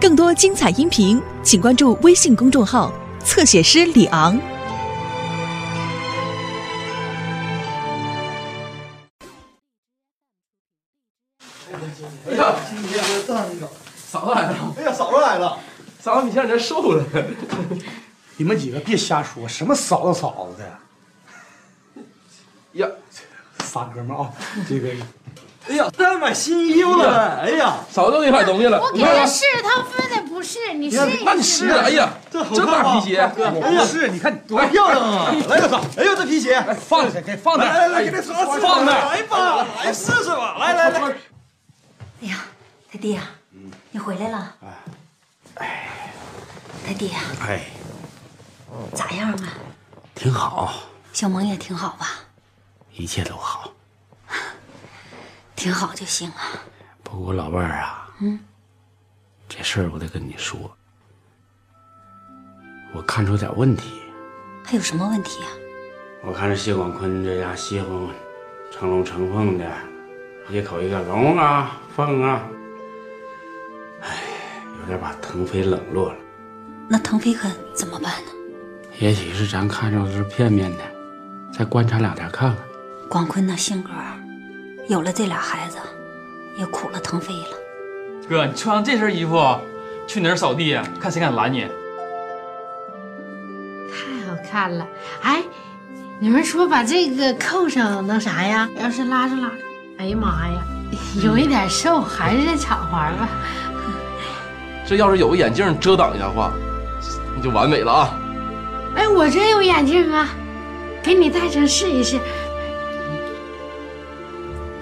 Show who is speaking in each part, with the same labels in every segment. Speaker 1: 更多精彩音频，请关注微信公众号“侧写师李昂”。
Speaker 2: 哎呀，
Speaker 3: 嫂子来了，
Speaker 2: 哎呀，嫂子来了！
Speaker 3: 嫂子，你现在这瘦了，
Speaker 2: 你们几个别瞎说，什么嫂子嫂子的，
Speaker 3: 呀，
Speaker 2: 仨哥们儿啊，这个
Speaker 3: 哎呀，再买新衣服了，
Speaker 2: 哎呀，
Speaker 3: 嫂子都给你买东西了，
Speaker 4: 我给人试他分的不是，你试
Speaker 3: 那你
Speaker 4: 一
Speaker 3: 试
Speaker 4: 试
Speaker 5: 啊
Speaker 3: 了，哎呀，
Speaker 2: 这好
Speaker 3: 真大
Speaker 2: 看吗
Speaker 3: 皮鞋，
Speaker 2: 哎呀，是，你看多漂亮啊！来，嫂，哎呦，这皮鞋，
Speaker 3: 放下，给放那儿，
Speaker 2: 来来来，给这嫂子
Speaker 3: 放那儿，
Speaker 2: 来吧，来试试吧，来来来，
Speaker 5: 哎呀，他爹呀、你回来了。哎，他爹呀、
Speaker 6: 哎，
Speaker 5: 咋样啊？
Speaker 6: 挺好，
Speaker 5: 小萌也挺好吧？
Speaker 6: 一切都好。
Speaker 5: 挺好就行啊。
Speaker 6: 不过老伴儿啊，嗯，这事儿我得跟你说，我看出点问题。
Speaker 5: 还有什么问题啊？
Speaker 6: 我看着谢广坤这家歇混混，成龙成凤的，一口一个龙啊凤啊，哎，有点把腾飞冷落了。
Speaker 5: 那腾飞可怎么办呢？
Speaker 6: 也许是咱看着的是片面的，再观察两天看看。
Speaker 5: 广坤那性格儿，有了这俩孩子，也苦了腾飞了。
Speaker 7: 哥，你穿上这身衣服，去哪儿扫地呀？啊看谁敢拦你！
Speaker 4: 太好看了。哎，你们说把这个扣上能啥呀？要是拉着拉着，哎呀妈呀，有一点瘦，还是敞怀吧。
Speaker 3: 这要是有个眼镜遮挡一下的话，你就完美了啊！
Speaker 4: 哎，我这有眼镜啊，给你戴上试一试。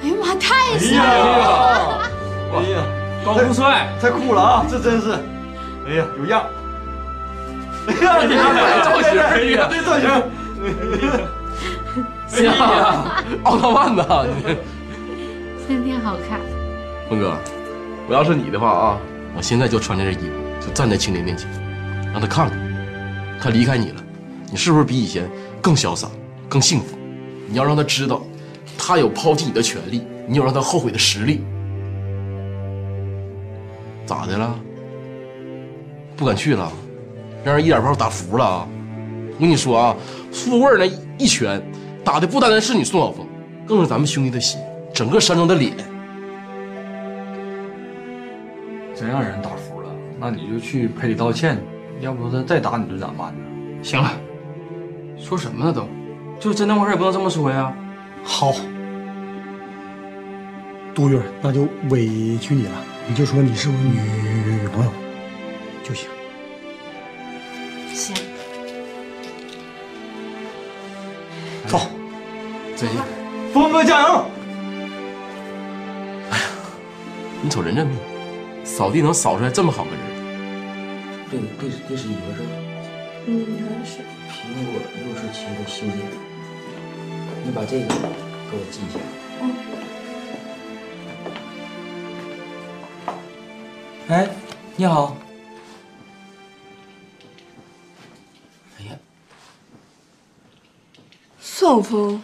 Speaker 4: 哎呀妈，太帅了！
Speaker 2: 哎呀，
Speaker 7: 高富帅，
Speaker 2: 太酷了啊！这真是，哎呀，有样。哎呀，你
Speaker 3: 造型儿你看
Speaker 2: 这造型，
Speaker 3: 哎呀， 奥特曼呐，你
Speaker 4: 真挺好看。
Speaker 3: 峰哥，我要是你的话啊，我现在就穿这件衣服，就站在青莲面前，让他看看，他离开你了，你是不是比以前更潇洒、更幸福？你要让他知道，他有抛弃你的权利，你有让他后悔的实力。咋的了？不敢去了，让人一点炮打服了啊！我跟你说啊，富贵儿那一拳打的不单单是你宋晓峰，更是咱们兄弟的心，整个山庄的脸。
Speaker 8: 真让人打服了，那你就去赔礼道歉，要不他再打你这咋办呢？
Speaker 7: 行了，说什么呢都，就真那回事也不能这么说呀。
Speaker 2: 好，杜月，那就委屈你了，你就说你是我女朋友就行。
Speaker 4: 行，
Speaker 2: 走，
Speaker 3: 真是。
Speaker 2: 峰哥加油！
Speaker 3: 你瞅人这命，扫地能扫出来这么好个人，
Speaker 6: 这这这是一回事。嗯，原来是苹果六十七的修炼。你把这个给我记一下。
Speaker 8: 哎，你好，
Speaker 6: 哎呀，
Speaker 9: 宋峰，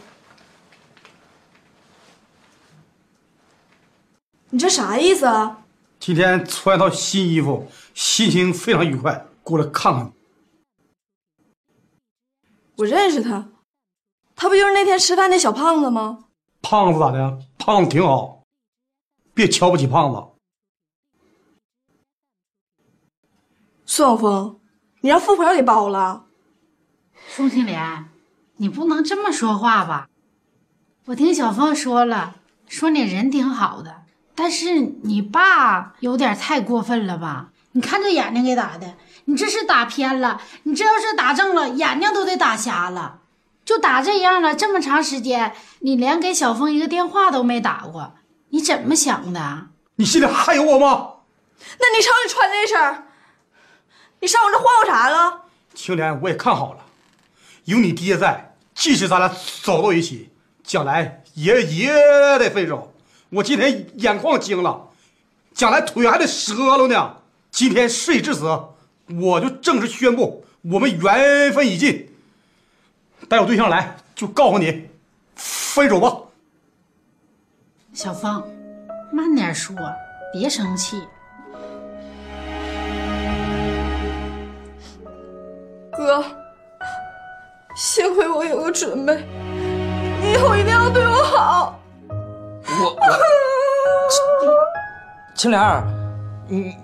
Speaker 9: 你这啥意思啊？
Speaker 2: 今天穿一套新衣服，心情非常愉快，过来看看你。
Speaker 9: 我认识他，他不就是那天吃饭那小胖子吗？
Speaker 2: 胖子咋的？胖子挺好，别瞧不起胖子。
Speaker 9: 宋峰，你让富婆给包了？
Speaker 4: 宋庆莲，你不能这么说话吧？我听小凤说了，说你人挺好的，但是你爸有点太过分了吧？你看这眼睛给打的，你这是打偏了，你这要是打正了，眼睛都得打瞎了。就打这样了，这么长时间，你连给小凤一个电话都没打过，你怎么想的？啊
Speaker 2: 你心里还有我吗？
Speaker 9: 那你瞅你穿这身儿，你上我这晃悠啥了？
Speaker 2: 青莲，我也看好了，有你爹在，即使咱俩走到一起，将来也也得分手。我今天眼眶惊了，将来腿还得折了呢。今天事已至此，我就正式宣布我们缘分已尽。待有对象来，就告诉你，分手吧。
Speaker 4: 小凤，慢点说，别生气。
Speaker 9: 哥，幸亏我有个准备，你以后一定要对我好。
Speaker 7: 我 我，秦莲儿，你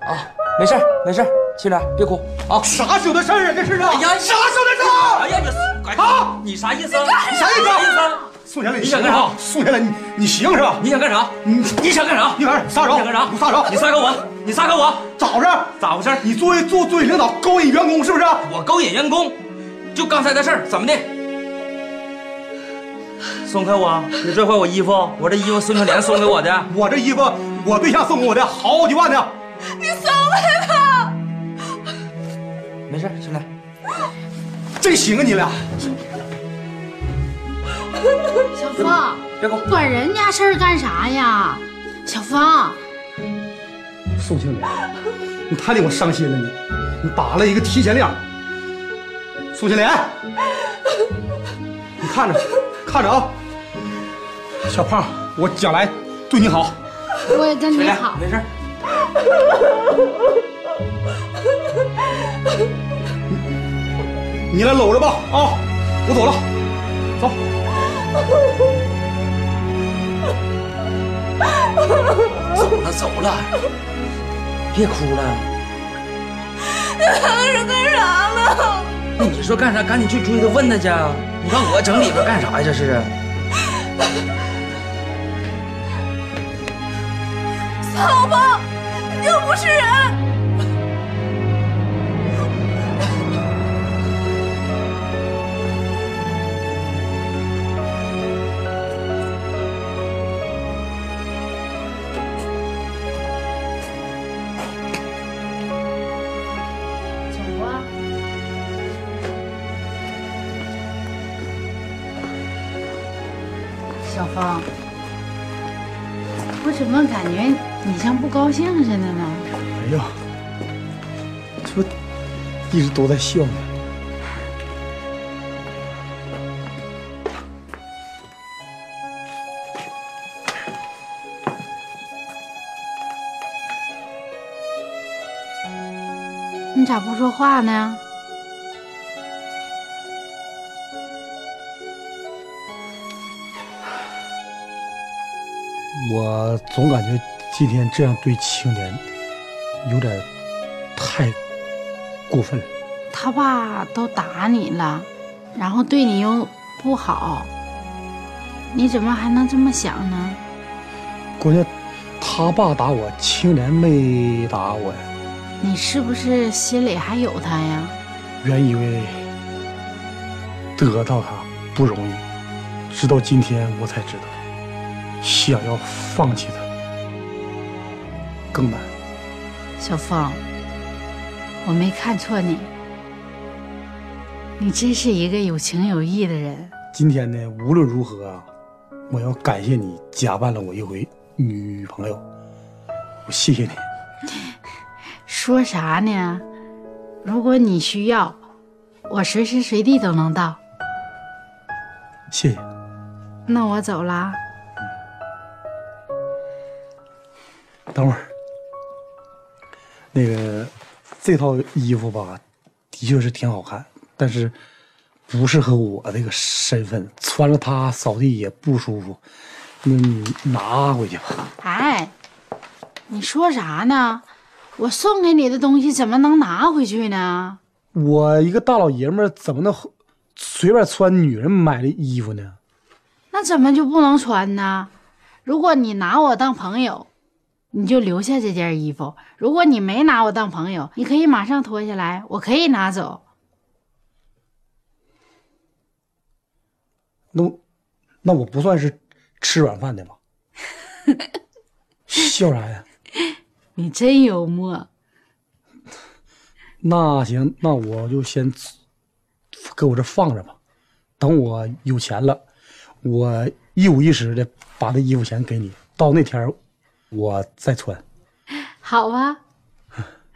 Speaker 7: 啊，没事儿没事儿，秦莲儿别哭啊。
Speaker 2: 啥时候的事儿啊？这是啊！
Speaker 7: 哎呀
Speaker 2: 啥时候的事儿？
Speaker 7: 哎呀，你啊，你啥意思啊？你
Speaker 2: 啥意思啊
Speaker 7: 啥意思啊？
Speaker 2: 宋先生，
Speaker 7: 你想干啥
Speaker 2: 宋先生，你你行是吧？嗯
Speaker 7: 你想干啥？
Speaker 2: 你
Speaker 7: 你想干啥？
Speaker 2: 你干啥撒手
Speaker 7: 你想干啥？
Speaker 2: 撒手
Speaker 7: 你撒给我！你撒给我！
Speaker 2: 咋回事儿？
Speaker 7: 咋回事儿？
Speaker 2: 你作为做作为领导勾引员工是不是？啊
Speaker 7: 我勾引员工，就刚才的事儿，怎么的？松开我！你拽坏我衣服！我这衣服孙可莲送给我的。
Speaker 2: 我这衣服我对象送给我的，好几万呢。
Speaker 7: 没事，秦莲。
Speaker 2: 这行啊，你俩
Speaker 4: 小芳，
Speaker 7: 别哭
Speaker 4: 你管人家事儿干啥呀？小芳，
Speaker 2: 宋庆龄，你太令我伤心了，你你打了一个提前量。宋庆龄，你看着看着啊，小胖，我将来对你好。
Speaker 4: 我也跟
Speaker 7: 秦
Speaker 4: 你
Speaker 7: 莲
Speaker 4: 好，
Speaker 7: 没事。
Speaker 2: 你来搂着吧，啊，我走了，走。
Speaker 7: 走了走了，别哭了。你当时干啥呢？那你说干啥？赶紧去追他问他去。啊你让我整里边干啥呀？这是。
Speaker 9: 好吧，你就不是人。
Speaker 4: 走啊。小芳，我怎么感觉你像不高兴似的呢？
Speaker 2: 哎呀，这不一直都在笑呢。
Speaker 4: 你咋不说话呢？
Speaker 2: 我总感觉今天这样对青年有点太过分了。
Speaker 4: 他爸都打你了，然后对你又不好，你怎么还能这么想呢？
Speaker 2: 关键他爸打我，青莲没打我呀。
Speaker 4: 你是不是心里还有他呀？
Speaker 2: 原以为得到他不容易，直到今天我才知道，想要放弃他更难。
Speaker 4: 小凤，我没看错你，你真是一个有情有义的人。
Speaker 2: 今天呢，无论如何啊，我要感谢你假扮了我一回女朋友，我谢谢你。
Speaker 4: 说啥呢？如果你需要，我随时随地都能到。
Speaker 2: 谢谢。
Speaker 4: 那我走了。
Speaker 2: 等会儿，那个这套衣服吧，的确是挺好看，但是不适合我这个身份，穿着它扫地也不舒服。那你拿回去吧。
Speaker 4: 哎，你说啥呢？我送给你的东西怎么能拿回去呢？
Speaker 2: 我一个大老爷们儿怎么能随便穿女人买的衣服呢？
Speaker 4: 那怎么就不能穿呢？如果你拿我当朋友，你就留下这件衣服；如果你没拿我当朋友，你可以马上脱下来，我可以拿走。
Speaker 2: 那我那我不算是吃软饭的吧？笑啥呀？
Speaker 4: 你真幽默，
Speaker 2: 那行，那我就先给我这放着吧，等我有钱了，我一五一十的把这衣服钱给你，到那天儿我再穿
Speaker 4: 好啊。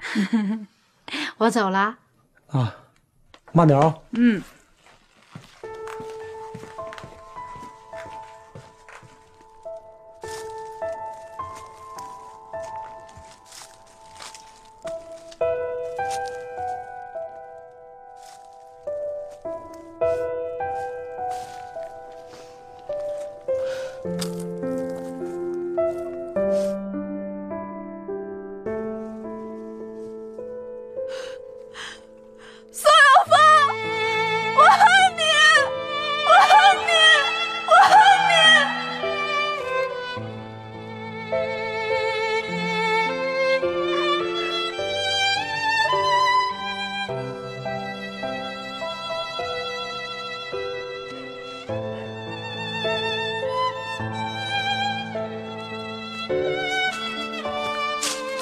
Speaker 4: 我走了，
Speaker 2: 啊，慢点啊、
Speaker 4: 嗯。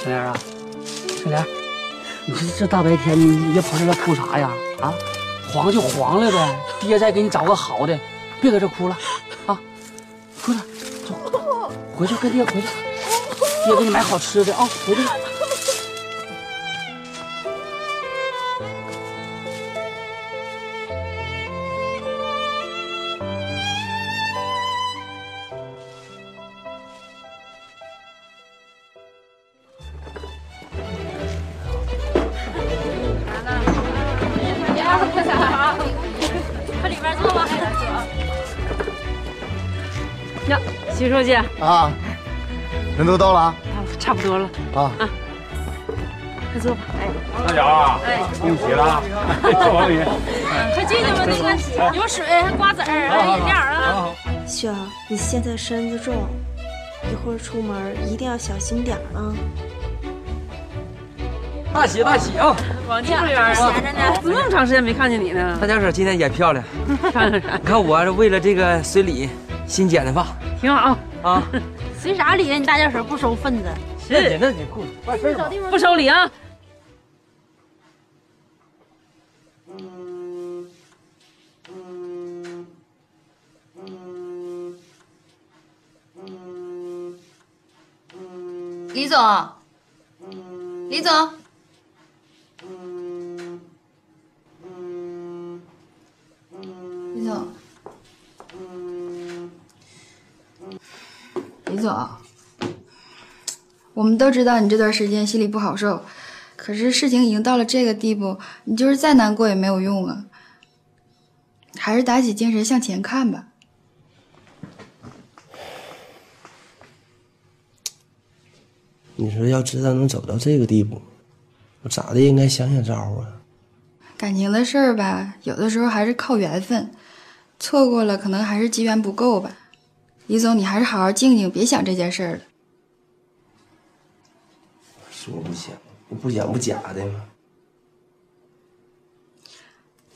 Speaker 7: 春莲啊，春莲，你说这大白天你也跑这来哭啥呀？啊，黄就黄了呗，爹再给你找个好的，别搁这哭了，啊，出来，走，回去跟爹回去，爹给你买好吃的啊，回去。
Speaker 10: 别二不想啊，快里边坐吧，孩子。呀，徐书记，
Speaker 11: 啊，人都到了啊
Speaker 10: 差不多了，
Speaker 11: 啊，
Speaker 10: 快坐吧。哎，
Speaker 12: 大脚啊，恭喜了 啊，坐往里。
Speaker 10: 快进去吧，那个有水，还瓜子儿，还有饮料啊。
Speaker 13: 雪儿，你现在身子重，一会儿出门一定要小心点儿啊。
Speaker 14: 大喜大喜啊！
Speaker 10: 往这边
Speaker 14: 啊
Speaker 10: 儿闲着呢，怎么那么长时间没看见你呢？
Speaker 14: 大家伙今天也漂亮，
Speaker 10: 漂亮啥？
Speaker 14: 看我为了这个随礼新剪的发，
Speaker 10: 挺好
Speaker 14: 啊。
Speaker 10: 随啥礼？你大家伙不收份子，
Speaker 14: 那你那你过来，办事儿吧
Speaker 10: 不收礼啊。
Speaker 15: 李总，李总，李总，李总，我们都知道你这段时间心里不好受，可是事情已经到了这个地步，你就是再难过也没有用啊。还是打起精神向前看吧。
Speaker 16: 你说要知道能走到这个地步，我咋的也应该想想招啊。
Speaker 15: 感情的事儿吧，有的时候还是靠缘分，错过了可能还是机缘不够吧。李总，你还是好好静静，别想这件事儿了。
Speaker 16: 说不想，不想不假的吗？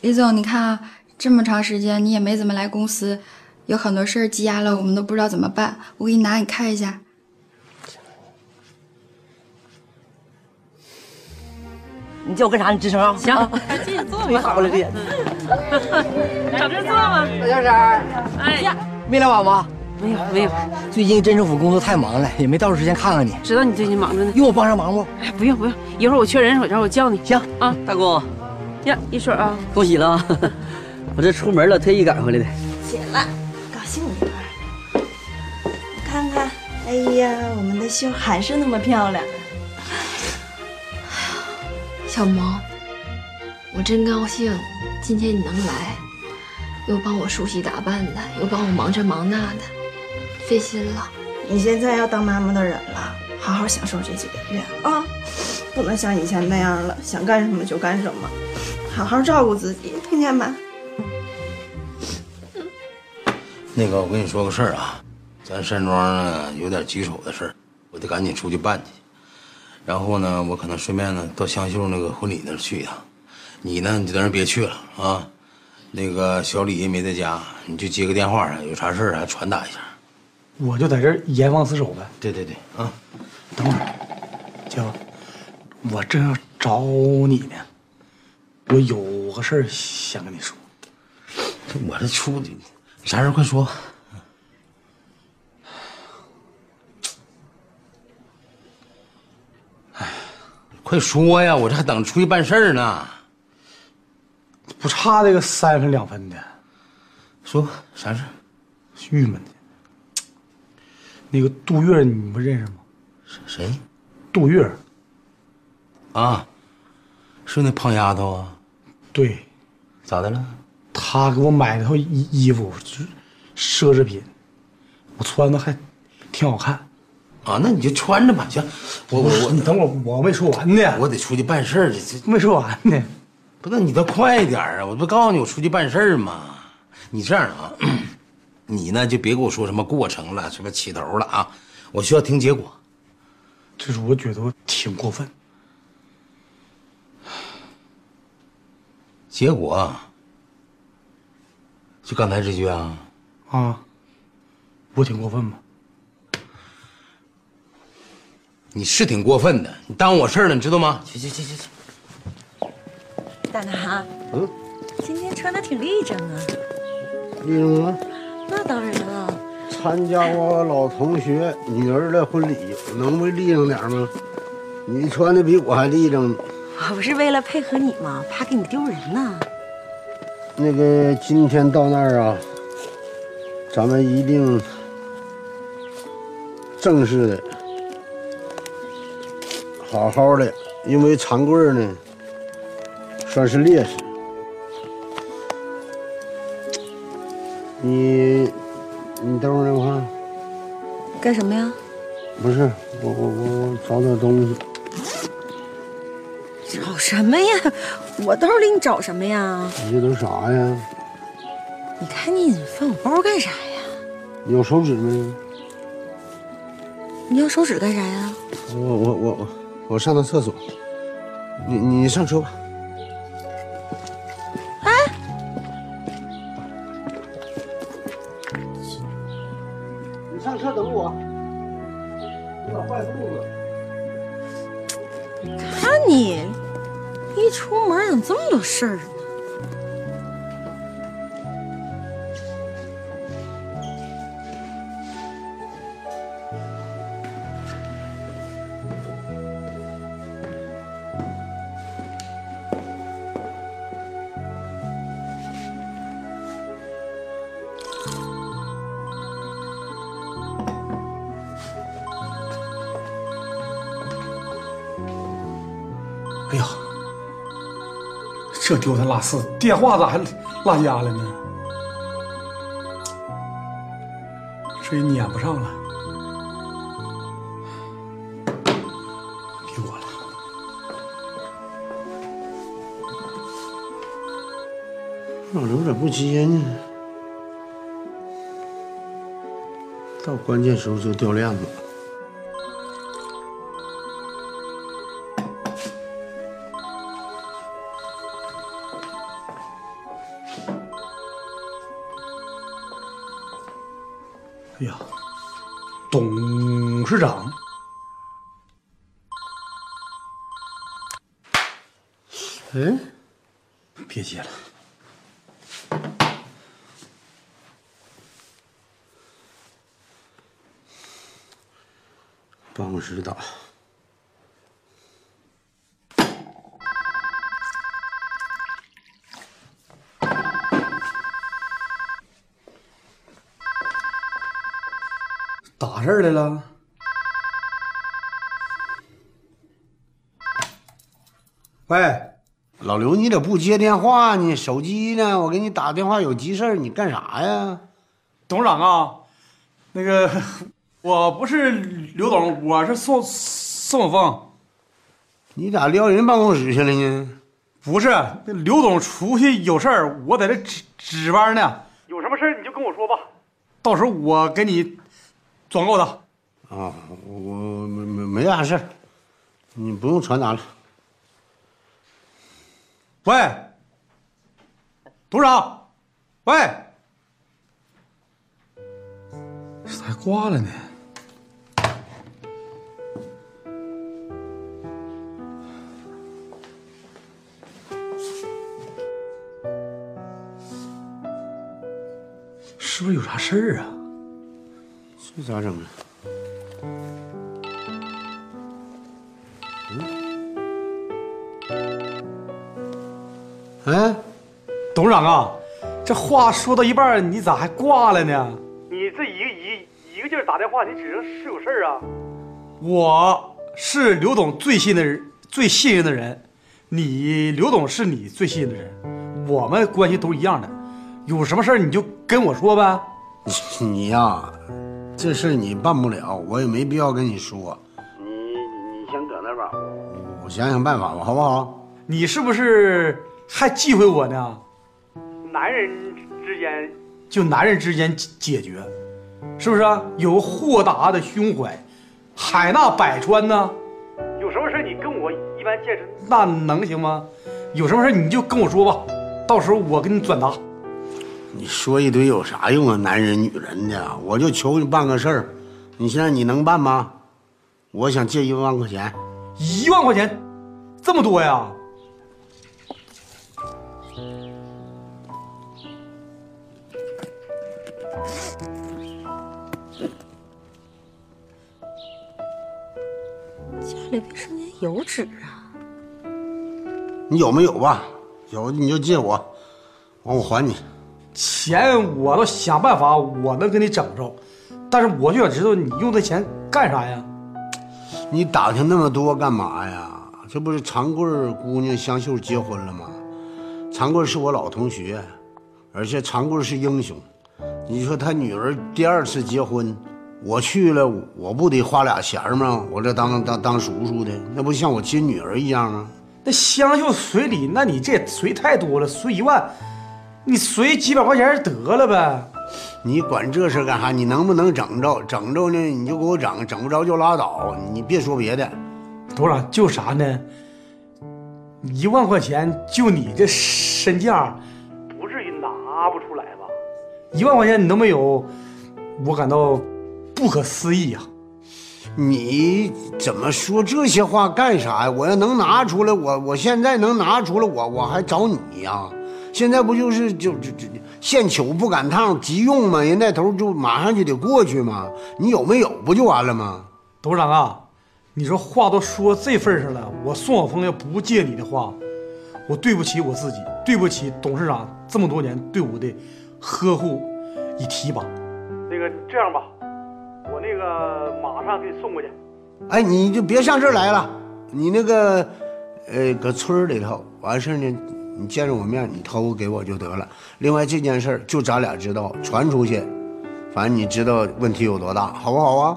Speaker 15: 李总，你看啊，这么长时间你也没怎么来公司，有很多事儿积压了，我们都不知道怎么办。我给你拿，你看一下。
Speaker 7: 你叫我干啥？你吱声啊！行，
Speaker 10: 进去坐
Speaker 7: 忒好了，这眼睛。
Speaker 10: 找这儿坐吧，
Speaker 7: 小先生。
Speaker 10: 哎呀，
Speaker 7: 没来晚吧？
Speaker 10: 没有没有，
Speaker 7: 最近镇政府工作太忙了，也没到时间看看你。
Speaker 10: 知道你最近忙着呢。
Speaker 7: 用我帮上忙不？
Speaker 10: 哎，不用不用，一会儿我缺人手，然后我叫你。
Speaker 7: 行
Speaker 10: 啊，
Speaker 14: 大姑，
Speaker 10: 呀，一水啊，
Speaker 14: 恭喜了 啊！我这出门了，特意赶回来的。
Speaker 9: 起来，高兴一会儿。我看看，哎呀，我们的秀还是那么漂 亮。
Speaker 17: 小萌，我真高兴，今天你能来，又帮我梳洗打扮的，又帮我忙这忙那的，费心了。
Speaker 9: 你现在要当妈妈的人了，好好享受这几个月啊， 不能像以前那样了，想干什么就干什么，好好照顾自己，听见吗？
Speaker 18: 那个，我跟你说个事儿啊，咱山庄呢有点棘手的事儿，我得赶紧出去办去。然后呢，我可能顺便呢到香秀那个婚礼那儿去一趟。你呢，你就在那儿别去了啊。那个小李也没在家，你就接个电话啥，啊有啥事儿还传达一下。
Speaker 2: 我就在这儿严防死守呗。
Speaker 18: 对对对，啊，
Speaker 2: 等会儿，姐夫，我正要找你呢，我有个事儿想跟你说。
Speaker 18: 我这出去，啥事儿快说。哎快说呀！我这还等着出去办事儿呢。
Speaker 2: 不差这个三分两分的。
Speaker 18: 说吧，啥事？
Speaker 2: 郁闷的。那个杜月，你不认识吗？
Speaker 18: 谁？
Speaker 2: 杜月。
Speaker 18: 啊，是那胖丫头啊？
Speaker 2: 对。
Speaker 18: 咋的了？
Speaker 2: 她给我买了套衣衣服，是奢侈品，我穿的还挺好看。
Speaker 18: 啊，那你就穿着吧。行，我我我，
Speaker 2: 你等会儿，我没说完呢。
Speaker 18: 我得出去办事儿，这这
Speaker 2: 没说完呢。
Speaker 18: 不是，你倒快点儿啊！我不告诉你我出去办事儿吗？你这样啊， 你呢就别给我说什么过程了，什么起头了啊！我需要听结果。
Speaker 2: 就是我觉得我挺过分。
Speaker 18: 结果就刚才这句啊，
Speaker 2: 啊，我挺过分吗？
Speaker 18: 你是挺过分的，你耽误我事儿了，你知道吗？
Speaker 19: 去去去去去，
Speaker 5: 大拿，
Speaker 18: 嗯，
Speaker 5: 今天穿的挺立正啊。
Speaker 19: 丽蓉啊，
Speaker 5: 那当然了，
Speaker 19: 参加我老同学女儿的婚礼，能不立正点儿吗？你穿的比我还立正呢。
Speaker 5: 我不是为了配合你吗？怕给你丢人呢。
Speaker 19: 那个今天到那儿啊，咱们一定正式的、好好的，因为长贵儿呢算是烈士。你你等会儿等会儿，
Speaker 5: 干什么呀？
Speaker 19: 不是我我我我找点嗯东西，
Speaker 5: 找什么呀？我兜里你找什么呀？
Speaker 19: 你这都啥哎呀？
Speaker 5: 你看你翻我包干啥呀？
Speaker 19: 你有手指没？
Speaker 5: 你要手指干啥呀？
Speaker 19: 我我我我我上趟厕所，你你上车吧。你上车等我，有点坏肚子。
Speaker 5: 看你，一出门怎么这么多事儿呢？
Speaker 2: 哎呀，这丢三落四，电话咋还落家了呢？这也撵不上了，别我了。
Speaker 19: 老刘咋不接呢？到关键时候就掉链子。
Speaker 2: 哎呀，董事长，
Speaker 19: 哎，
Speaker 2: 别接了。
Speaker 19: 办公室打。
Speaker 2: 打这儿来了？喂，
Speaker 19: 老刘，你咋不接电话呢？手机呢？我给你打电话有急事儿你干啥呀？
Speaker 2: 董事长啊，那个 我不是刘董，我是宋宋永峰。
Speaker 19: 你咋撩人办公室去了呢？
Speaker 2: 不是，那刘董出去有事儿，我在这值值班呢。有什么事你就跟我说吧，到时候我给你转告他。
Speaker 19: 啊，我我没没没啥事儿，你不用传达了。
Speaker 2: 喂，董事长，喂，咋还挂了呢？是不是有啥事儿啊？
Speaker 19: 这咋整啊？哎，
Speaker 2: 董事长啊，这话说到一半儿，你咋还挂了呢？你这一个一一个劲儿打电话，你指定是有事儿啊。我是刘董最信的人，最信任的人，你刘董是你最信任的人，我们关系都一样的，有什么事儿你就跟我说呗。
Speaker 19: 你你呀、这事儿你办不了，我也没必要跟你说。
Speaker 2: 你先搁那吧，
Speaker 19: 我想想办法吧，好不好？
Speaker 2: 你是不是还忌讳我呢？男人之间就男人之间解决，是不是、啊？有豁达的胸怀，海纳百川呢。有什么事你跟我一般见识，那能行吗？有什么事你就跟我说吧，到时候我给你转达。
Speaker 19: 你说一堆有啥啊用啊？男人女人的，我就求你办个事儿，你现在你能办吗？我想借一万块钱。
Speaker 2: 一万块钱，这么多呀？
Speaker 5: 家里卫生间有纸啊，
Speaker 19: 你有没有吧？有你就借我，完我还你。
Speaker 2: 钱我倒想办法，我能给你整着，但是我就想知道你用这钱干啥呀？
Speaker 19: 你打听那么多干嘛呀？这不是长贵儿姑娘香秀结婚了吗？长贵儿是我老同学，而且长贵儿是英雄。你说他女儿第二次结婚，我去了，我不得花俩钱儿吗？我这当当当叔叔的，那不像我亲女儿一样吗？
Speaker 2: 那香秀随礼，那你这也随太多了，随一万，你随几百块钱得了呗。
Speaker 19: 你管这事干啥？你能不能整着？整着呢，你就给我整，整不着就拉倒。你别说别的，
Speaker 2: 多少就啥呢？一万块钱，就你这身价，不至于拿不出来吧？一万块钱你都没有，我感到不可思议呀、啊
Speaker 19: 你怎么说这些话干啥呀？我要能拿出来，我我现在能拿出来，我我还找你呀、现在不就是就就就现求不赶趟，急用吗？人那头就马上就得过去吗？你有没有不就完了吗？
Speaker 2: 董事长啊，你说话都说这份上了，我宋晓峰要不借你的话，我对不起我自己，对不起董事长这么多年对我的呵护与提拔。那个这样吧，我那个马上给你送过去。
Speaker 19: 哎，你就别上这儿来了，你那个，呃，搁村儿里头完事儿呢，你见着我面你偷给我就得了。另外这件事儿就咱俩知道，传出去，反正你知道问题有多大，好不好啊？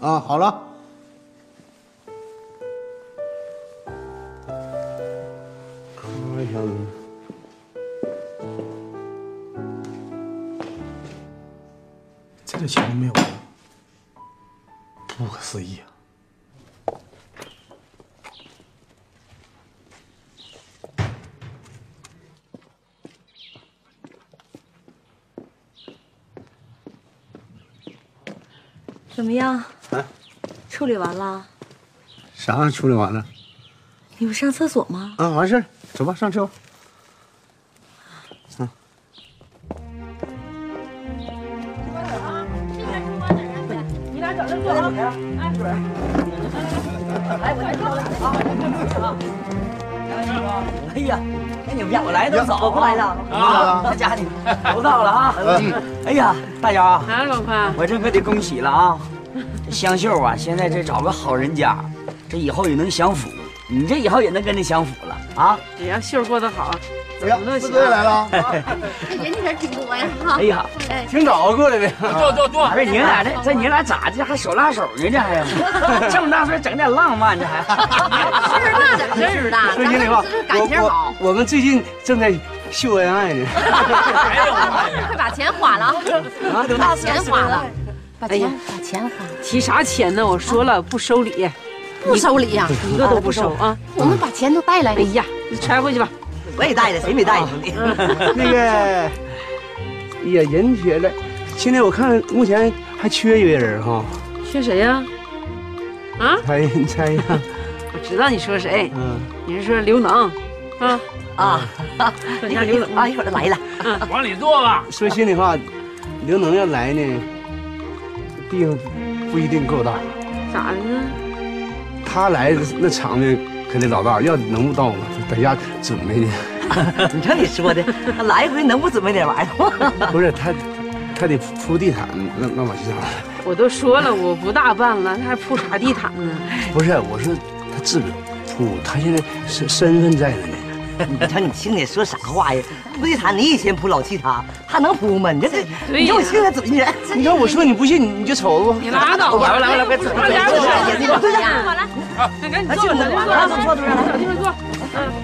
Speaker 19: 啊，好了。
Speaker 18: 哎呀，
Speaker 2: 这点钱都没有了，不可思议啊！
Speaker 5: 怎么样？处理完了？
Speaker 19: 啥处理完了？
Speaker 5: 你不上厕所 吗？
Speaker 19: 啊，完事儿，走吧，上车吧。
Speaker 12: 你俩整这坐啊！哎，准儿。来，我先说了啊。
Speaker 14: 哎呀，那你们家我来的早，啊不来的
Speaker 12: 啊
Speaker 14: 到家 里都到了啊
Speaker 12: 嗯！
Speaker 14: 哎呀，大家啊，
Speaker 12: 啊，老婆，
Speaker 14: 我这可得恭喜了啊！这香秀啊，现在这找个好人家，这以后也能享福，你这以后也能跟着享福了啊！
Speaker 12: 只要秀儿过得好，
Speaker 14: 哎
Speaker 12: 怎么都行。
Speaker 14: 四队来了
Speaker 12: 人家人挺多呀。
Speaker 14: 哎呀，挺早过来的，坐坐 坐。不是你俩这这你俩咋这还手拉手呢？这 还这么大岁数整点浪漫，这还。
Speaker 12: 岁数大点，岁数大，咱
Speaker 16: 孙经理
Speaker 12: 们
Speaker 16: 吧
Speaker 12: 这是，感情好。
Speaker 16: 我我我们最近正在秀恩爱呢。
Speaker 12: 快把钱花了啊！把钱花了，把
Speaker 10: 哎呀
Speaker 12: 钱把钱花了，啊
Speaker 10: 提啥钱呢？我说了不收礼，
Speaker 12: 不收礼呀
Speaker 10: 一个都不收啊！
Speaker 12: 我们把钱都带来了。
Speaker 10: 哎呀，你揣回去吧。
Speaker 14: 我也带着，谁没带
Speaker 16: 兄弟？那个也人绝了，现在我看目前还缺一个人哈。
Speaker 10: 缺谁呀？啊，
Speaker 16: 猜你猜一下，
Speaker 10: 我知道你说谁，
Speaker 16: 嗯，
Speaker 10: 你是说刘能啊？
Speaker 14: 啊，
Speaker 10: 说你家刘
Speaker 12: 哎
Speaker 10: 能啊，
Speaker 14: 一会儿来了，
Speaker 10: 往里坐吧。
Speaker 16: 说心里话，刘能要来呢，地方不一定够大。
Speaker 10: 咋的呢？
Speaker 16: 他来那场面可得老大，要能不到吗？在家准备的。
Speaker 14: 你看你说的，
Speaker 12: 哎
Speaker 14: 来回能不准备点玩意儿吗？
Speaker 16: 不是他，他得铺地毯，那那往下。
Speaker 10: 我都说了，我不大办了，那还铺啥地毯呢？
Speaker 16: 不是，我说他自个儿铺，他现在身身份在那呢。
Speaker 14: 你瞧你听你说啥话呀？铺地毯你以前铺老气他，他能铺吗？你这这，你这我听着嘴你人。
Speaker 16: 你看我说你不信，你就瞅吧。
Speaker 14: 你拉倒吧来吧来吧别扯了别扯了别扯了别扯了
Speaker 10: 好了，那赶紧
Speaker 14: 坐坐
Speaker 10: 坐，
Speaker 14: 坐
Speaker 10: 坐坐
Speaker 14: 坐
Speaker 10: 坐，找地方坐。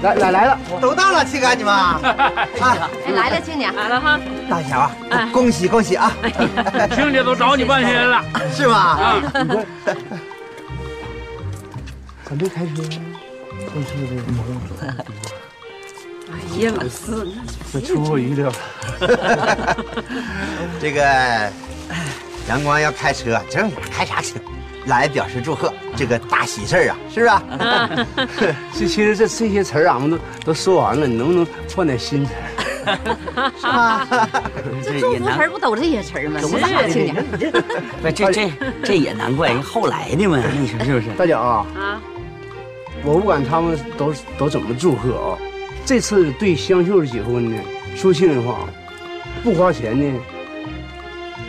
Speaker 16: 来来来了，
Speaker 20: 都到了，亲 家你们啊！
Speaker 10: 哎，来了，青姐，来了哈。
Speaker 20: 大侠啊，
Speaker 14: 哎
Speaker 20: 恭喜恭喜啊！
Speaker 21: 青姐都找你半天 了，
Speaker 20: 是吗？
Speaker 16: 咱别开车，过去的不用说，
Speaker 10: 哎呀，老四，
Speaker 16: 这出乎我预料。
Speaker 7: 这个阳光要开
Speaker 16: 啊
Speaker 7: 车，这 开啥车？来表示祝贺，这个大喜事儿啊， 是不是啊？
Speaker 16: 这其实这这些词儿俺们都都说完了，你能不能换点新词儿？
Speaker 12: 是吗？这祝福词儿不都这些词儿吗？
Speaker 14: 怎么咋的
Speaker 12: 是
Speaker 14: 呢不，这这这也难怪，人后来 的嘛，那时候是不是？
Speaker 16: 大姐啊，
Speaker 12: 啊，
Speaker 16: 我不管他们都都怎么祝贺啊，这次对香秀结婚呢，说心里话，不花钱呢，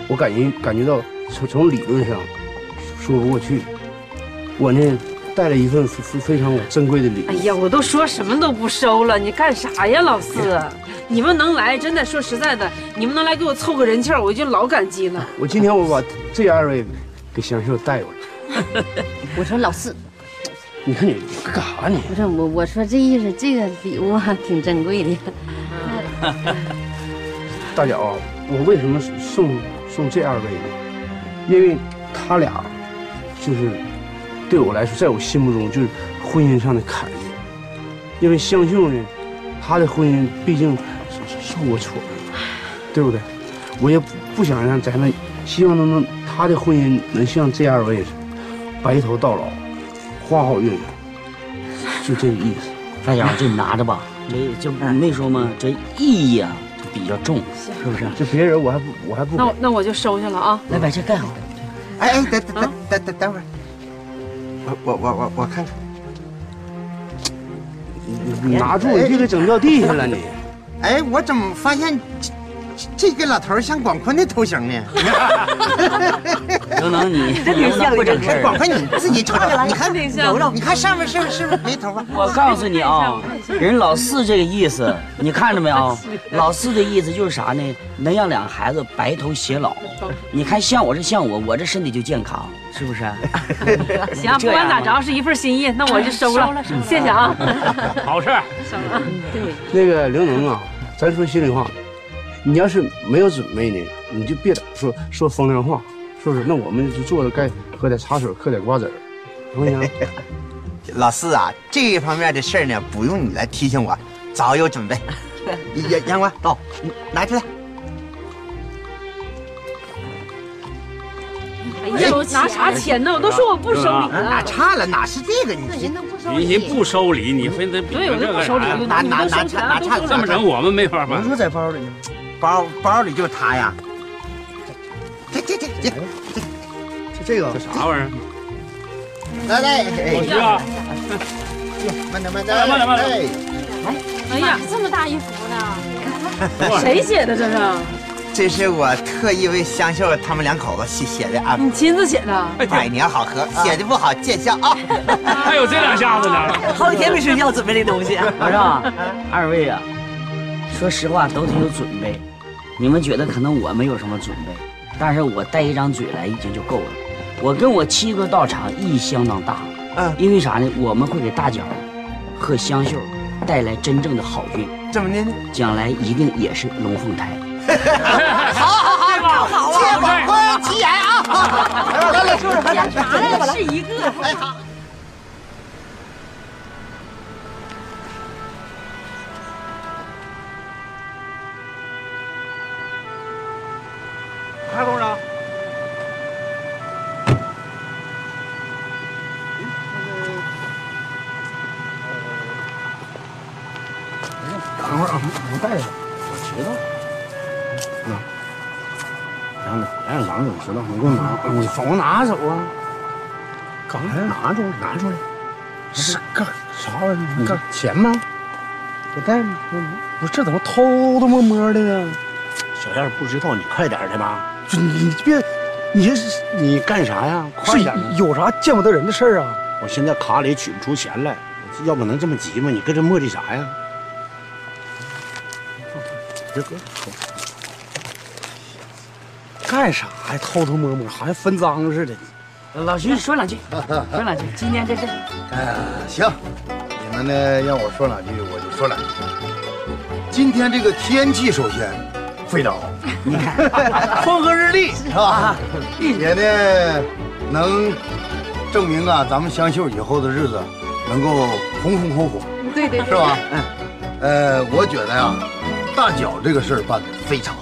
Speaker 16: 我感觉感觉到从从理论上说不过去。我呢带了一份非非非常珍贵的礼
Speaker 10: 哎呀，我都说什么都不收了，你干啥呀，老四？你们能来，真的说实在的，你们能来给我凑个人气儿，我就老感激了。
Speaker 16: 我今天我把这二位给香秀带过来，
Speaker 22: 我说老四，
Speaker 16: 你看你干啥你？
Speaker 22: 不是我，我说这意思，这个礼物啊挺珍贵的。
Speaker 16: 大脚啊，我为什么送送这二位呢？因为他俩就是对我来说，在我心目中就是婚姻上的坎儿。因为香秀呢，她的婚姻毕竟是是我闯的，对不对？我也不不想让咱们，希望能能她的婚姻能像这二位似的，白头到老，花好月圆，就这个意思。
Speaker 14: 大姐，这你拿着吧，没就没说嘛，这意义啊就比较重，是不是？
Speaker 16: 这别人我还不我还不
Speaker 10: 那我那我就收下了啊。
Speaker 14: 来把这盖好。
Speaker 7: 哎哎，等等等等等等会儿，我我我我我看看，
Speaker 16: 你拿住，你别给整掉地下了你。
Speaker 7: 哎，我怎么发现这这这个老头儿像广坤的头型呢？
Speaker 14: 能能 你
Speaker 7: 这挺像
Speaker 14: 不整事
Speaker 7: 哎
Speaker 14: 儿。
Speaker 7: 广坤你自己瞅瞅，你看
Speaker 14: 挺像
Speaker 7: 揉揉，你看上面是不是是不是没头发？
Speaker 14: 我告诉你啊，人老四这个意 思，你看着没有？老四的意思就是啥呢？能让两个孩子白头偕老。你看像我这像我，我这身体就健康，是不是？
Speaker 10: 行，不
Speaker 14: 这样
Speaker 10: 管
Speaker 14: 啊
Speaker 10: 咋着是一份心意，那我就收了，
Speaker 14: 收了收了
Speaker 10: 谢谢啊。
Speaker 14: 好事儿。
Speaker 10: 收了，啊对。
Speaker 16: 那个刘能啊，咱说心里话，你要是没有准备呢，你就别说说风凉话，是不是？那我们就坐着该喝点茶水，嗑点瓜子儿，啊行不行？
Speaker 7: 哎老四啊，这一方面的事儿呢，不用你来提醒我，早有准备。阳阳光到，你拿出来。
Speaker 10: 哎呀，我拿啥钱呢？我都说我不收礼
Speaker 7: 啊
Speaker 10: 了
Speaker 7: 哪。差了？哪是这个？你
Speaker 10: 人都不
Speaker 23: 你不收礼，你非得比
Speaker 10: 对我就
Speaker 23: 这
Speaker 10: 不
Speaker 23: 个
Speaker 10: 收礼
Speaker 23: 啥呀
Speaker 10: 了拿拿拿拿拿
Speaker 23: 这么整我们没法办。
Speaker 7: 说在包里呢，包包里就他呀。这这这这这这这个
Speaker 23: 啥玩意儿？
Speaker 7: 来来，哎
Speaker 23: 老徐啊，
Speaker 7: 慢点慢
Speaker 12: 点
Speaker 7: 点，
Speaker 12: 慢点慢
Speaker 7: 哎
Speaker 12: 点。
Speaker 4: 哎呀，这么大一幅呢，
Speaker 10: 谁写的这是？
Speaker 7: 哎这是我特意为香秀他们两口子写写的啊。
Speaker 10: 你亲自写的？
Speaker 7: 百年好合，写的不好见笑啊。
Speaker 23: 还有这两下子呢。
Speaker 14: 好几天没睡觉准备这东西。
Speaker 7: 啊
Speaker 14: 老赵，二位啊，说实话都挺有准备。你们觉得可能我没有什么准备，但是我带一张嘴来已经就够了。我跟我七哥到场意义相当大，嗯，因为啥呢？我们会给大脚和香秀带来真正的好运。
Speaker 7: 怎么的呢？
Speaker 14: 将来一定也是龙凤胎。
Speaker 12: 好好好，正好啊！借广坤吉言啊！来来，就是检查的是一个。
Speaker 24: 看工长，
Speaker 16: 等会儿啊，我带上。
Speaker 2: 我知道。嗯让你让狼总知道，你给我拿，你我拿走啊！干啥呀？拿出来，拿出来！这是干啥玩意儿？你干钱吗？我带吗？不是，这怎么偷偷摸摸的呢？小燕不知道，你快点的吧。你别，你这是你干啥呀？快点！有啥见不得人的事儿啊？我现在卡里取不出钱来，要不能这么急吗？你跟这磨叽啥呀？别搁。
Speaker 16: 干啥呀？偷偷摸摸，好像分赃似的。
Speaker 14: 老徐说两句，说两句。今天这 是
Speaker 19: 呃，行，你们呢让我说两句，我就说两句。今天这个天气首先非常好，你看，风和日丽是吧？也呢能证明啊，咱们香秀以后的日子
Speaker 25: 能够红红火火，
Speaker 12: 对对
Speaker 25: 是吧？嗯。呃，我觉得呀、大脚这个事儿办得非常好，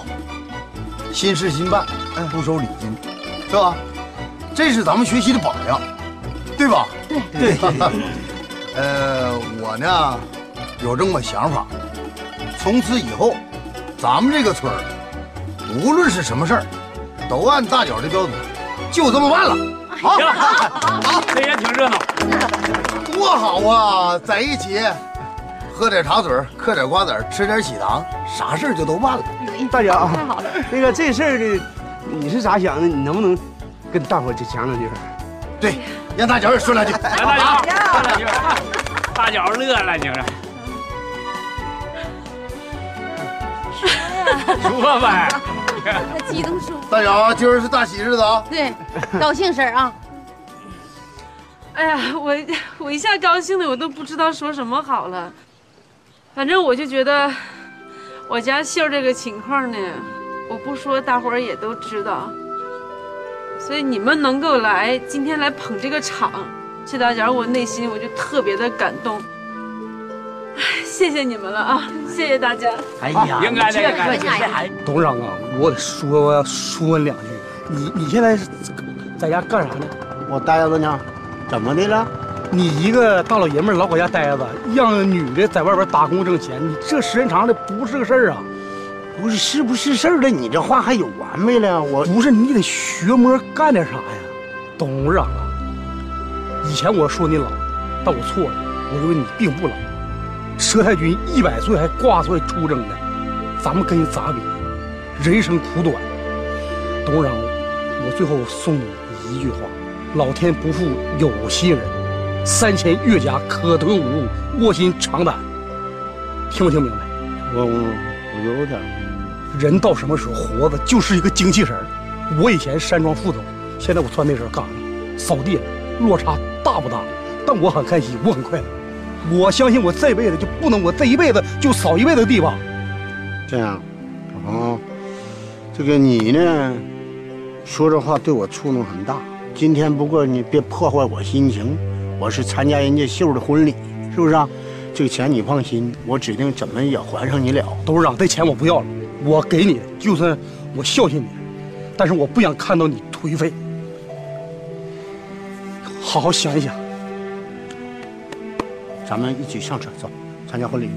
Speaker 25: 新事新办，不收礼金，是吧？这是咱们学习的榜样，对吧？
Speaker 12: 对
Speaker 25: 对。呃，我呢有这么想法，从此以后，咱们这个村儿，无论是什么事儿，都按大脚的标准，就这么办了。好，
Speaker 21: 行了， 好，哎这也挺热闹。
Speaker 25: 多好啊，在一起喝点茶水儿，嗑点瓜子儿，吃点喜糖，啥事儿就都办了。
Speaker 16: 大姐啊，那个这事儿呢，你是咋想的？你能不能跟大伙儿讲两句？
Speaker 25: 对，让大脚也说两
Speaker 7: 嗯
Speaker 25: 句。
Speaker 21: 来，大脚，大脚，大脚乐了，你这。说呗，
Speaker 12: 他激动说
Speaker 25: 大脚，今儿是大喜日子啊！
Speaker 10: 对，
Speaker 12: 高兴事儿啊，
Speaker 10: 哎呀，我我一下高兴的我都不知道说什么好了。反正我就觉得，我家秀这个情况呢，我不说大伙儿也都知道。所以你们能够来，今天来捧这个场，这大家我内心我就特别的感动。哎，谢谢你们了啊，谢谢大家。
Speaker 21: 哎呀应该的，应该的。
Speaker 2: 哎
Speaker 16: 董事长啊，我得说说两句。你你现在是在家干啥呢？
Speaker 19: 我呆着呢，怎么的了？
Speaker 2: 你一个大老爷们儿老搁家呆着，让女的在外边打工挣钱，你这时间长了不是个事儿啊！
Speaker 19: 不是是不是事儿了？你这话还有完没了？我
Speaker 2: 不是你得学摸干点啥呀？董事长啊，以前我说你老，但我错了，我认为你并不老。佘太君一百岁还挂帅出征呢，咱们跟人咋比？人生苦短，董事长，我最后送你一句话：老天不负有心人，三千越甲可吞吴，卧薪尝胆。听没听明白？
Speaker 19: 我我有点。
Speaker 2: 人到什么时候活着就是一个精气神儿。我以前山庄副总，现在我窜那时候干了，扫地了，落差大不大？但我很开心，我很快乐。我相信我这辈子就不能，我这一辈子就扫一辈子地吧。
Speaker 19: 这样，小鹏啊，这个你呢，说这话对我触动很大。今天不过你别破坏我心情，我是参加人家秀的婚礼，是不是啊？这个钱你放心，我指定怎么也还上你了。
Speaker 2: 董事长，这啊钱我不要了，我给你，就算我孝敬你，但是我不想看到你颓废。好好想一想，
Speaker 19: 咱们一起上车走，参加婚礼。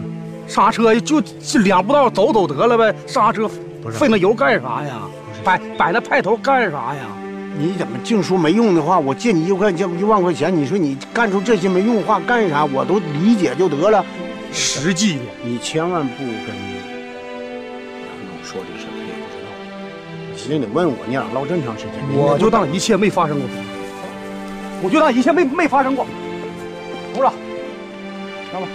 Speaker 2: 刹车就这两步道走走得了呗，刹车费那油干啥呀？摆摆那派头干啥呀？
Speaker 19: 你怎么净说没用的话？我借你一块钱，一万块钱，你说你干出这些没用的话干啥？我都理解就得了。
Speaker 2: 实际点，
Speaker 19: 你千万不跟杨总说这事儿，他也不知道。你寻思得问我，你俩唠这么长时间，
Speaker 2: 我就当一切没发生过，我就当一切没没发生过。董事长，来吧。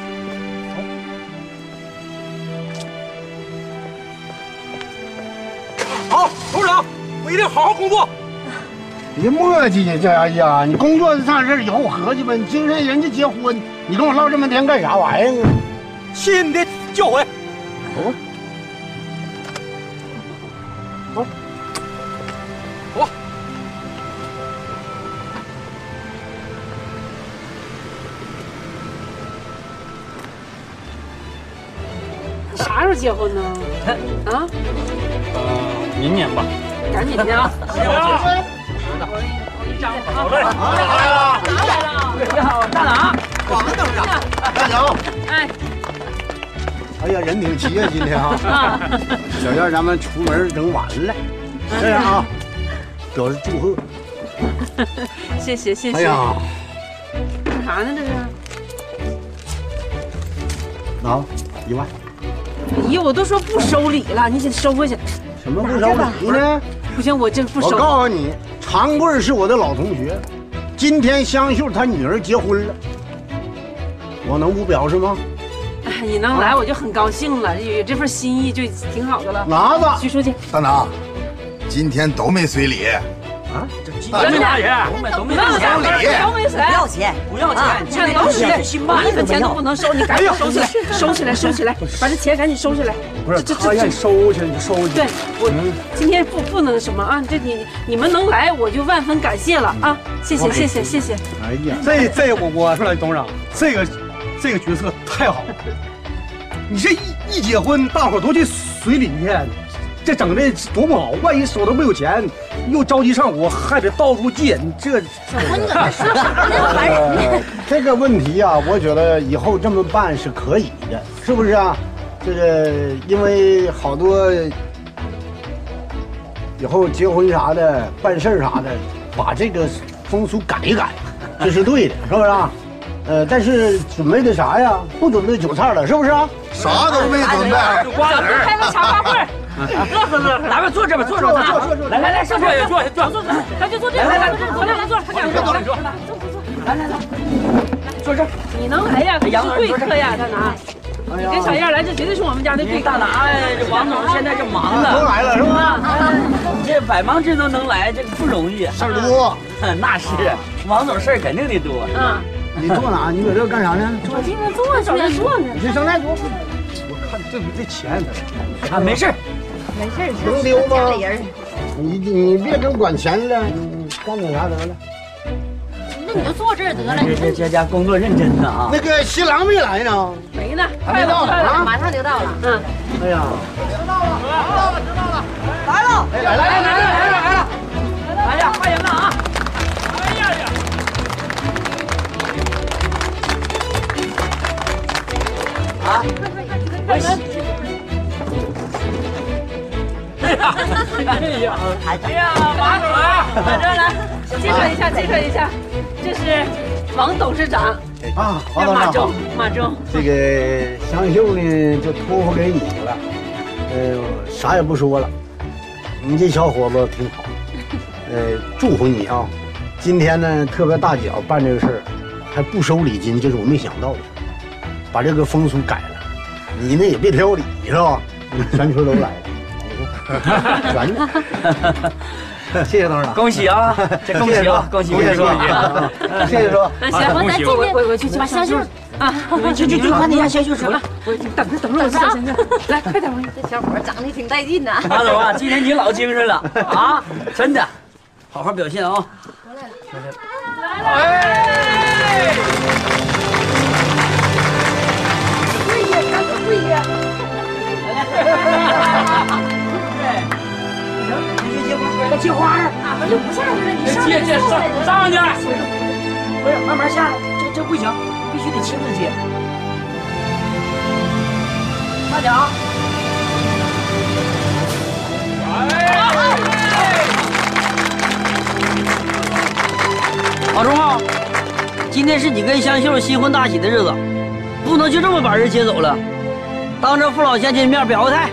Speaker 2: 好，董事长，我一定好好工作。
Speaker 19: 别磨叽呀，这哎呀，你工作上事儿以后合计吧。你今天人家结婚，你跟我唠这么天干啥玩意儿啊？哦
Speaker 2: 谢谢你的教诲。
Speaker 19: 走吧，
Speaker 2: 走，走吧。
Speaker 10: 啥时候 结婚呢？啊，
Speaker 21: 明年吧。
Speaker 10: 赶紧的啊！
Speaker 21: 好嘞，
Speaker 10: 大郎，
Speaker 25: 我们董事长，大脚，
Speaker 10: 哎，
Speaker 19: 哎呀，人挺齐呀，今天 啊。小燕儿，咱们出门整晚了，这样啊，表示祝贺。
Speaker 10: 谢谢谢
Speaker 19: 哎
Speaker 10: 谢。
Speaker 19: 呀，
Speaker 10: 干啥呢这是？
Speaker 19: 拿啊一万，
Speaker 10: 哎呀，我都说不收礼了，你得收回去。
Speaker 19: 什么不收礼呢？
Speaker 10: 不行，我这不收。
Speaker 19: 我告啊诉你，长贵是我的老同学，今天香秀她女儿结婚了，我能不表示吗？
Speaker 10: 哎， 你能来我就很高兴了，有有这份心意就挺好的了。
Speaker 25: 拿吧，
Speaker 10: 徐书记，
Speaker 25: 大拿，今天都没随礼，啊，
Speaker 19: 这
Speaker 12: 真的大爷
Speaker 14: 东北
Speaker 12: 东
Speaker 14: 东
Speaker 12: 北
Speaker 14: 北
Speaker 12: 大爷
Speaker 14: 东北
Speaker 7: 不要钱，
Speaker 14: 不要钱，这
Speaker 7: 这都
Speaker 14: 东
Speaker 7: 是
Speaker 14: 西去新办，
Speaker 7: 一分钱都不能收，你赶
Speaker 19: 哎
Speaker 7: 紧收 起来，收起来，收起来，把这钱赶紧收起来。
Speaker 26: 不是，
Speaker 7: 这
Speaker 26: 他让你收去，你收去。
Speaker 7: 对，
Speaker 19: 嗯
Speaker 26: 我
Speaker 10: 今天不不能什么啊，这你你们能来我就万分感谢了啊，谢谢谢谢谢谢。
Speaker 19: 哎呀，
Speaker 2: 这这我我说了，董事长，这个这个角色太好了。你这一一结婚，大伙儿都去随礼去，这整的多不好。万一手头没有钱，又着急上火，还得到处借，你这
Speaker 19: 小你怎么说啥呢？烦人！ 这个问题呀、我觉得以后这么办是可以的，是不是啊？这个因为好多以后结婚啥的、办事儿啥的，把这个风俗改一改， 这是对的，是不是啊？呃，但是准备的啥呀？不准备韭菜了，是不是啊？
Speaker 27: 啥都没准备
Speaker 12: 就瓜子儿，开个茶话会，乐呵乐呵。咱们坐这边，坐这边，来来来，上这坐坐坐坐，
Speaker 10: 咱就坐这边，咱就坐这边坐，他俩坐，坐坐坐，来来来，坐这。你能来呀？你是贵客呀，大拿。你跟小燕来，这绝对是我们家的贵客。
Speaker 14: 大拿呀，这王总现在这忙呢，
Speaker 12: 都来了是吧
Speaker 14: 这百忙之中能来，这个不容易，事儿多。 那是，王总事儿肯定得多。
Speaker 12: 嗯
Speaker 19: 啊你坐哪？你搁这干啥呢？
Speaker 12: 我今天坐着呢，坐呢。
Speaker 19: 你去上菜桌。
Speaker 2: 看这这钱，
Speaker 19: 啊，没事
Speaker 7: 没事
Speaker 19: 能溜吗？你你别跟管钱了，你干点啥得了。
Speaker 7: 那你就坐这儿得
Speaker 14: 这哎这这家工作认真呢啊。
Speaker 19: 那个新郎没来呢。
Speaker 7: 没呢，
Speaker 19: 还没到呢
Speaker 7: 快了
Speaker 19: 啊
Speaker 7: 马上就到了。嗯，
Speaker 19: 哎呀，
Speaker 7: 来了，来
Speaker 12: 来来来来来了，
Speaker 14: 来呀，欢迎了啊！
Speaker 12: 哎呀呀！
Speaker 14: 啊！快！
Speaker 12: 哎呀，哎
Speaker 7: 快
Speaker 12: 呀，哎呀，马总啊，
Speaker 14: 来这儿来，
Speaker 10: 介绍一下，介绍一下，这是王董事长，
Speaker 19: 啊，
Speaker 10: 叫马
Speaker 19: 王董事长好
Speaker 10: 忠，。马忠。
Speaker 19: 这个香秀呢，就托付给你了，呃，啥也不说了。你这小伙子挺好，呃，祝福你啊！今天呢，特别大脚办这个事儿，还不收礼金，这是我没想到的事儿，把这个风俗改了。你呢也别挑理，是吧？你全村都来了，全呢。 谢谢董 事长，
Speaker 14: 恭喜啊！这恭喜啊！
Speaker 19: 谢
Speaker 14: 恭
Speaker 19: 谢
Speaker 14: 喜恭喜
Speaker 19: 叔
Speaker 14: 啊！
Speaker 19: 谢谢叔。
Speaker 10: 那行，咱进去，我我去去把香秀啊，
Speaker 14: 去去去，快点下先去吃了。
Speaker 10: 我等着等着我上香秀，来快点，这小伙长得挺带劲的
Speaker 14: 马总啊，今天你老精神了啊，真的，好好表现啊！
Speaker 7: 跪下，赶快跪 下。
Speaker 14: 那接花儿，
Speaker 7: 俺们就不下去了，你上
Speaker 14: 接接上上去，
Speaker 7: 不是慢慢下来。
Speaker 14: 这这不行，必须得亲自接。快点啊！马忠啊，今天是你跟香秀新婚大喜的日子，不能就这么把人接走了，当着父老乡亲面表个态。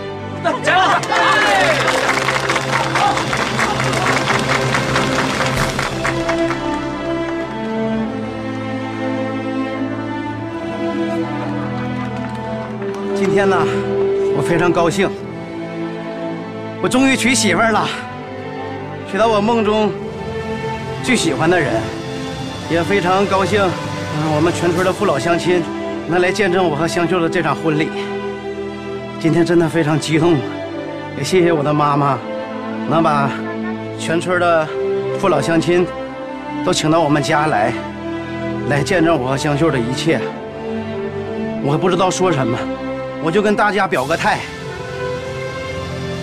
Speaker 8: 今天呢，我非常高兴，我终于娶媳妇儿了，娶到我梦中最喜欢的人，也非常高兴，嗯我们全村的父老乡亲能来见证我和香秀的这场婚礼。今天真的非常激动，也谢谢我的妈妈，能把全村的父老乡亲都请到我们家来，来见证我和香秀的一切。我不知道说什么，我就跟大家表个态，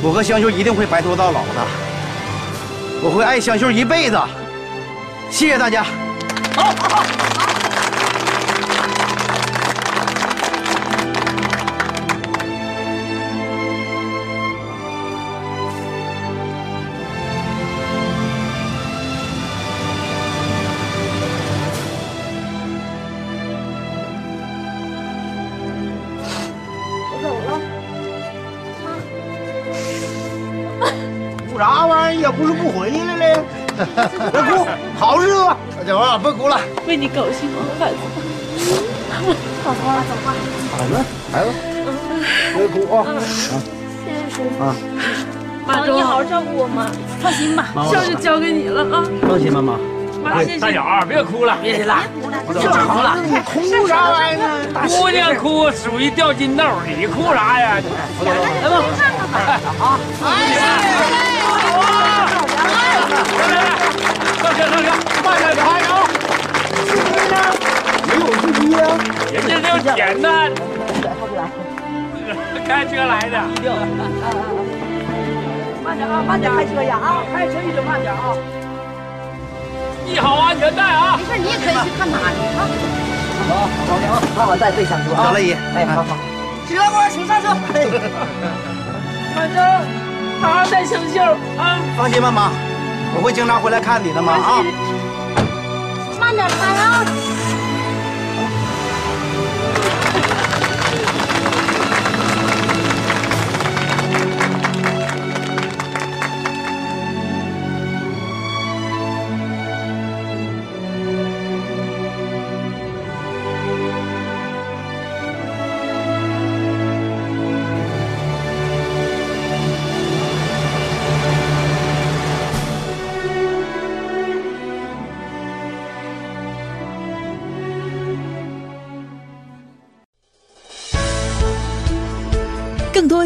Speaker 8: 我和香秀一定会白头到老的，我会爱香秀一辈子。谢谢大家。
Speaker 7: 我走了，
Speaker 19: 哭啥玩意儿？也不是不回来嘞，别哭，好日子。大脚啊，别哭了。
Speaker 10: 为你高兴，反思。
Speaker 28: 走吧，走吧。
Speaker 19: 好子，孩子，别哭啊！
Speaker 28: 谢谢叔
Speaker 19: 啊啊！
Speaker 10: 妈，
Speaker 29: 你好好照顾我妈，
Speaker 10: 放心吧
Speaker 7: 妈我
Speaker 10: 事儿就交给你了啊。
Speaker 7: 放心吧，妈。
Speaker 10: 妈谢谢
Speaker 7: 大脚儿别哭了，别哭了，
Speaker 14: 这好了，你哭啥玩意儿呢？
Speaker 7: 姑娘哭属于掉金豆，你哭啥呀？来吧，
Speaker 14: 啊！
Speaker 7: 上车上车，慢点慢点啊！
Speaker 14: 没有司机啊，
Speaker 7: 人家就简单，开车来的。
Speaker 14: 慢点啊，慢点开车呀啊，开车一直慢点啊。
Speaker 7: 系好安全带啊！
Speaker 14: 没事，你也可以去看妈去啊。好，好的啊，爸爸带备箱车啊。
Speaker 8: 得了姨
Speaker 14: 哎，好好。石老板，请上车。
Speaker 10: 反正好好带生锈啊。
Speaker 8: 放心吧，妈，我会经常回来看你的，妈啊。
Speaker 14: 慢点开啊！
Speaker 9: 更多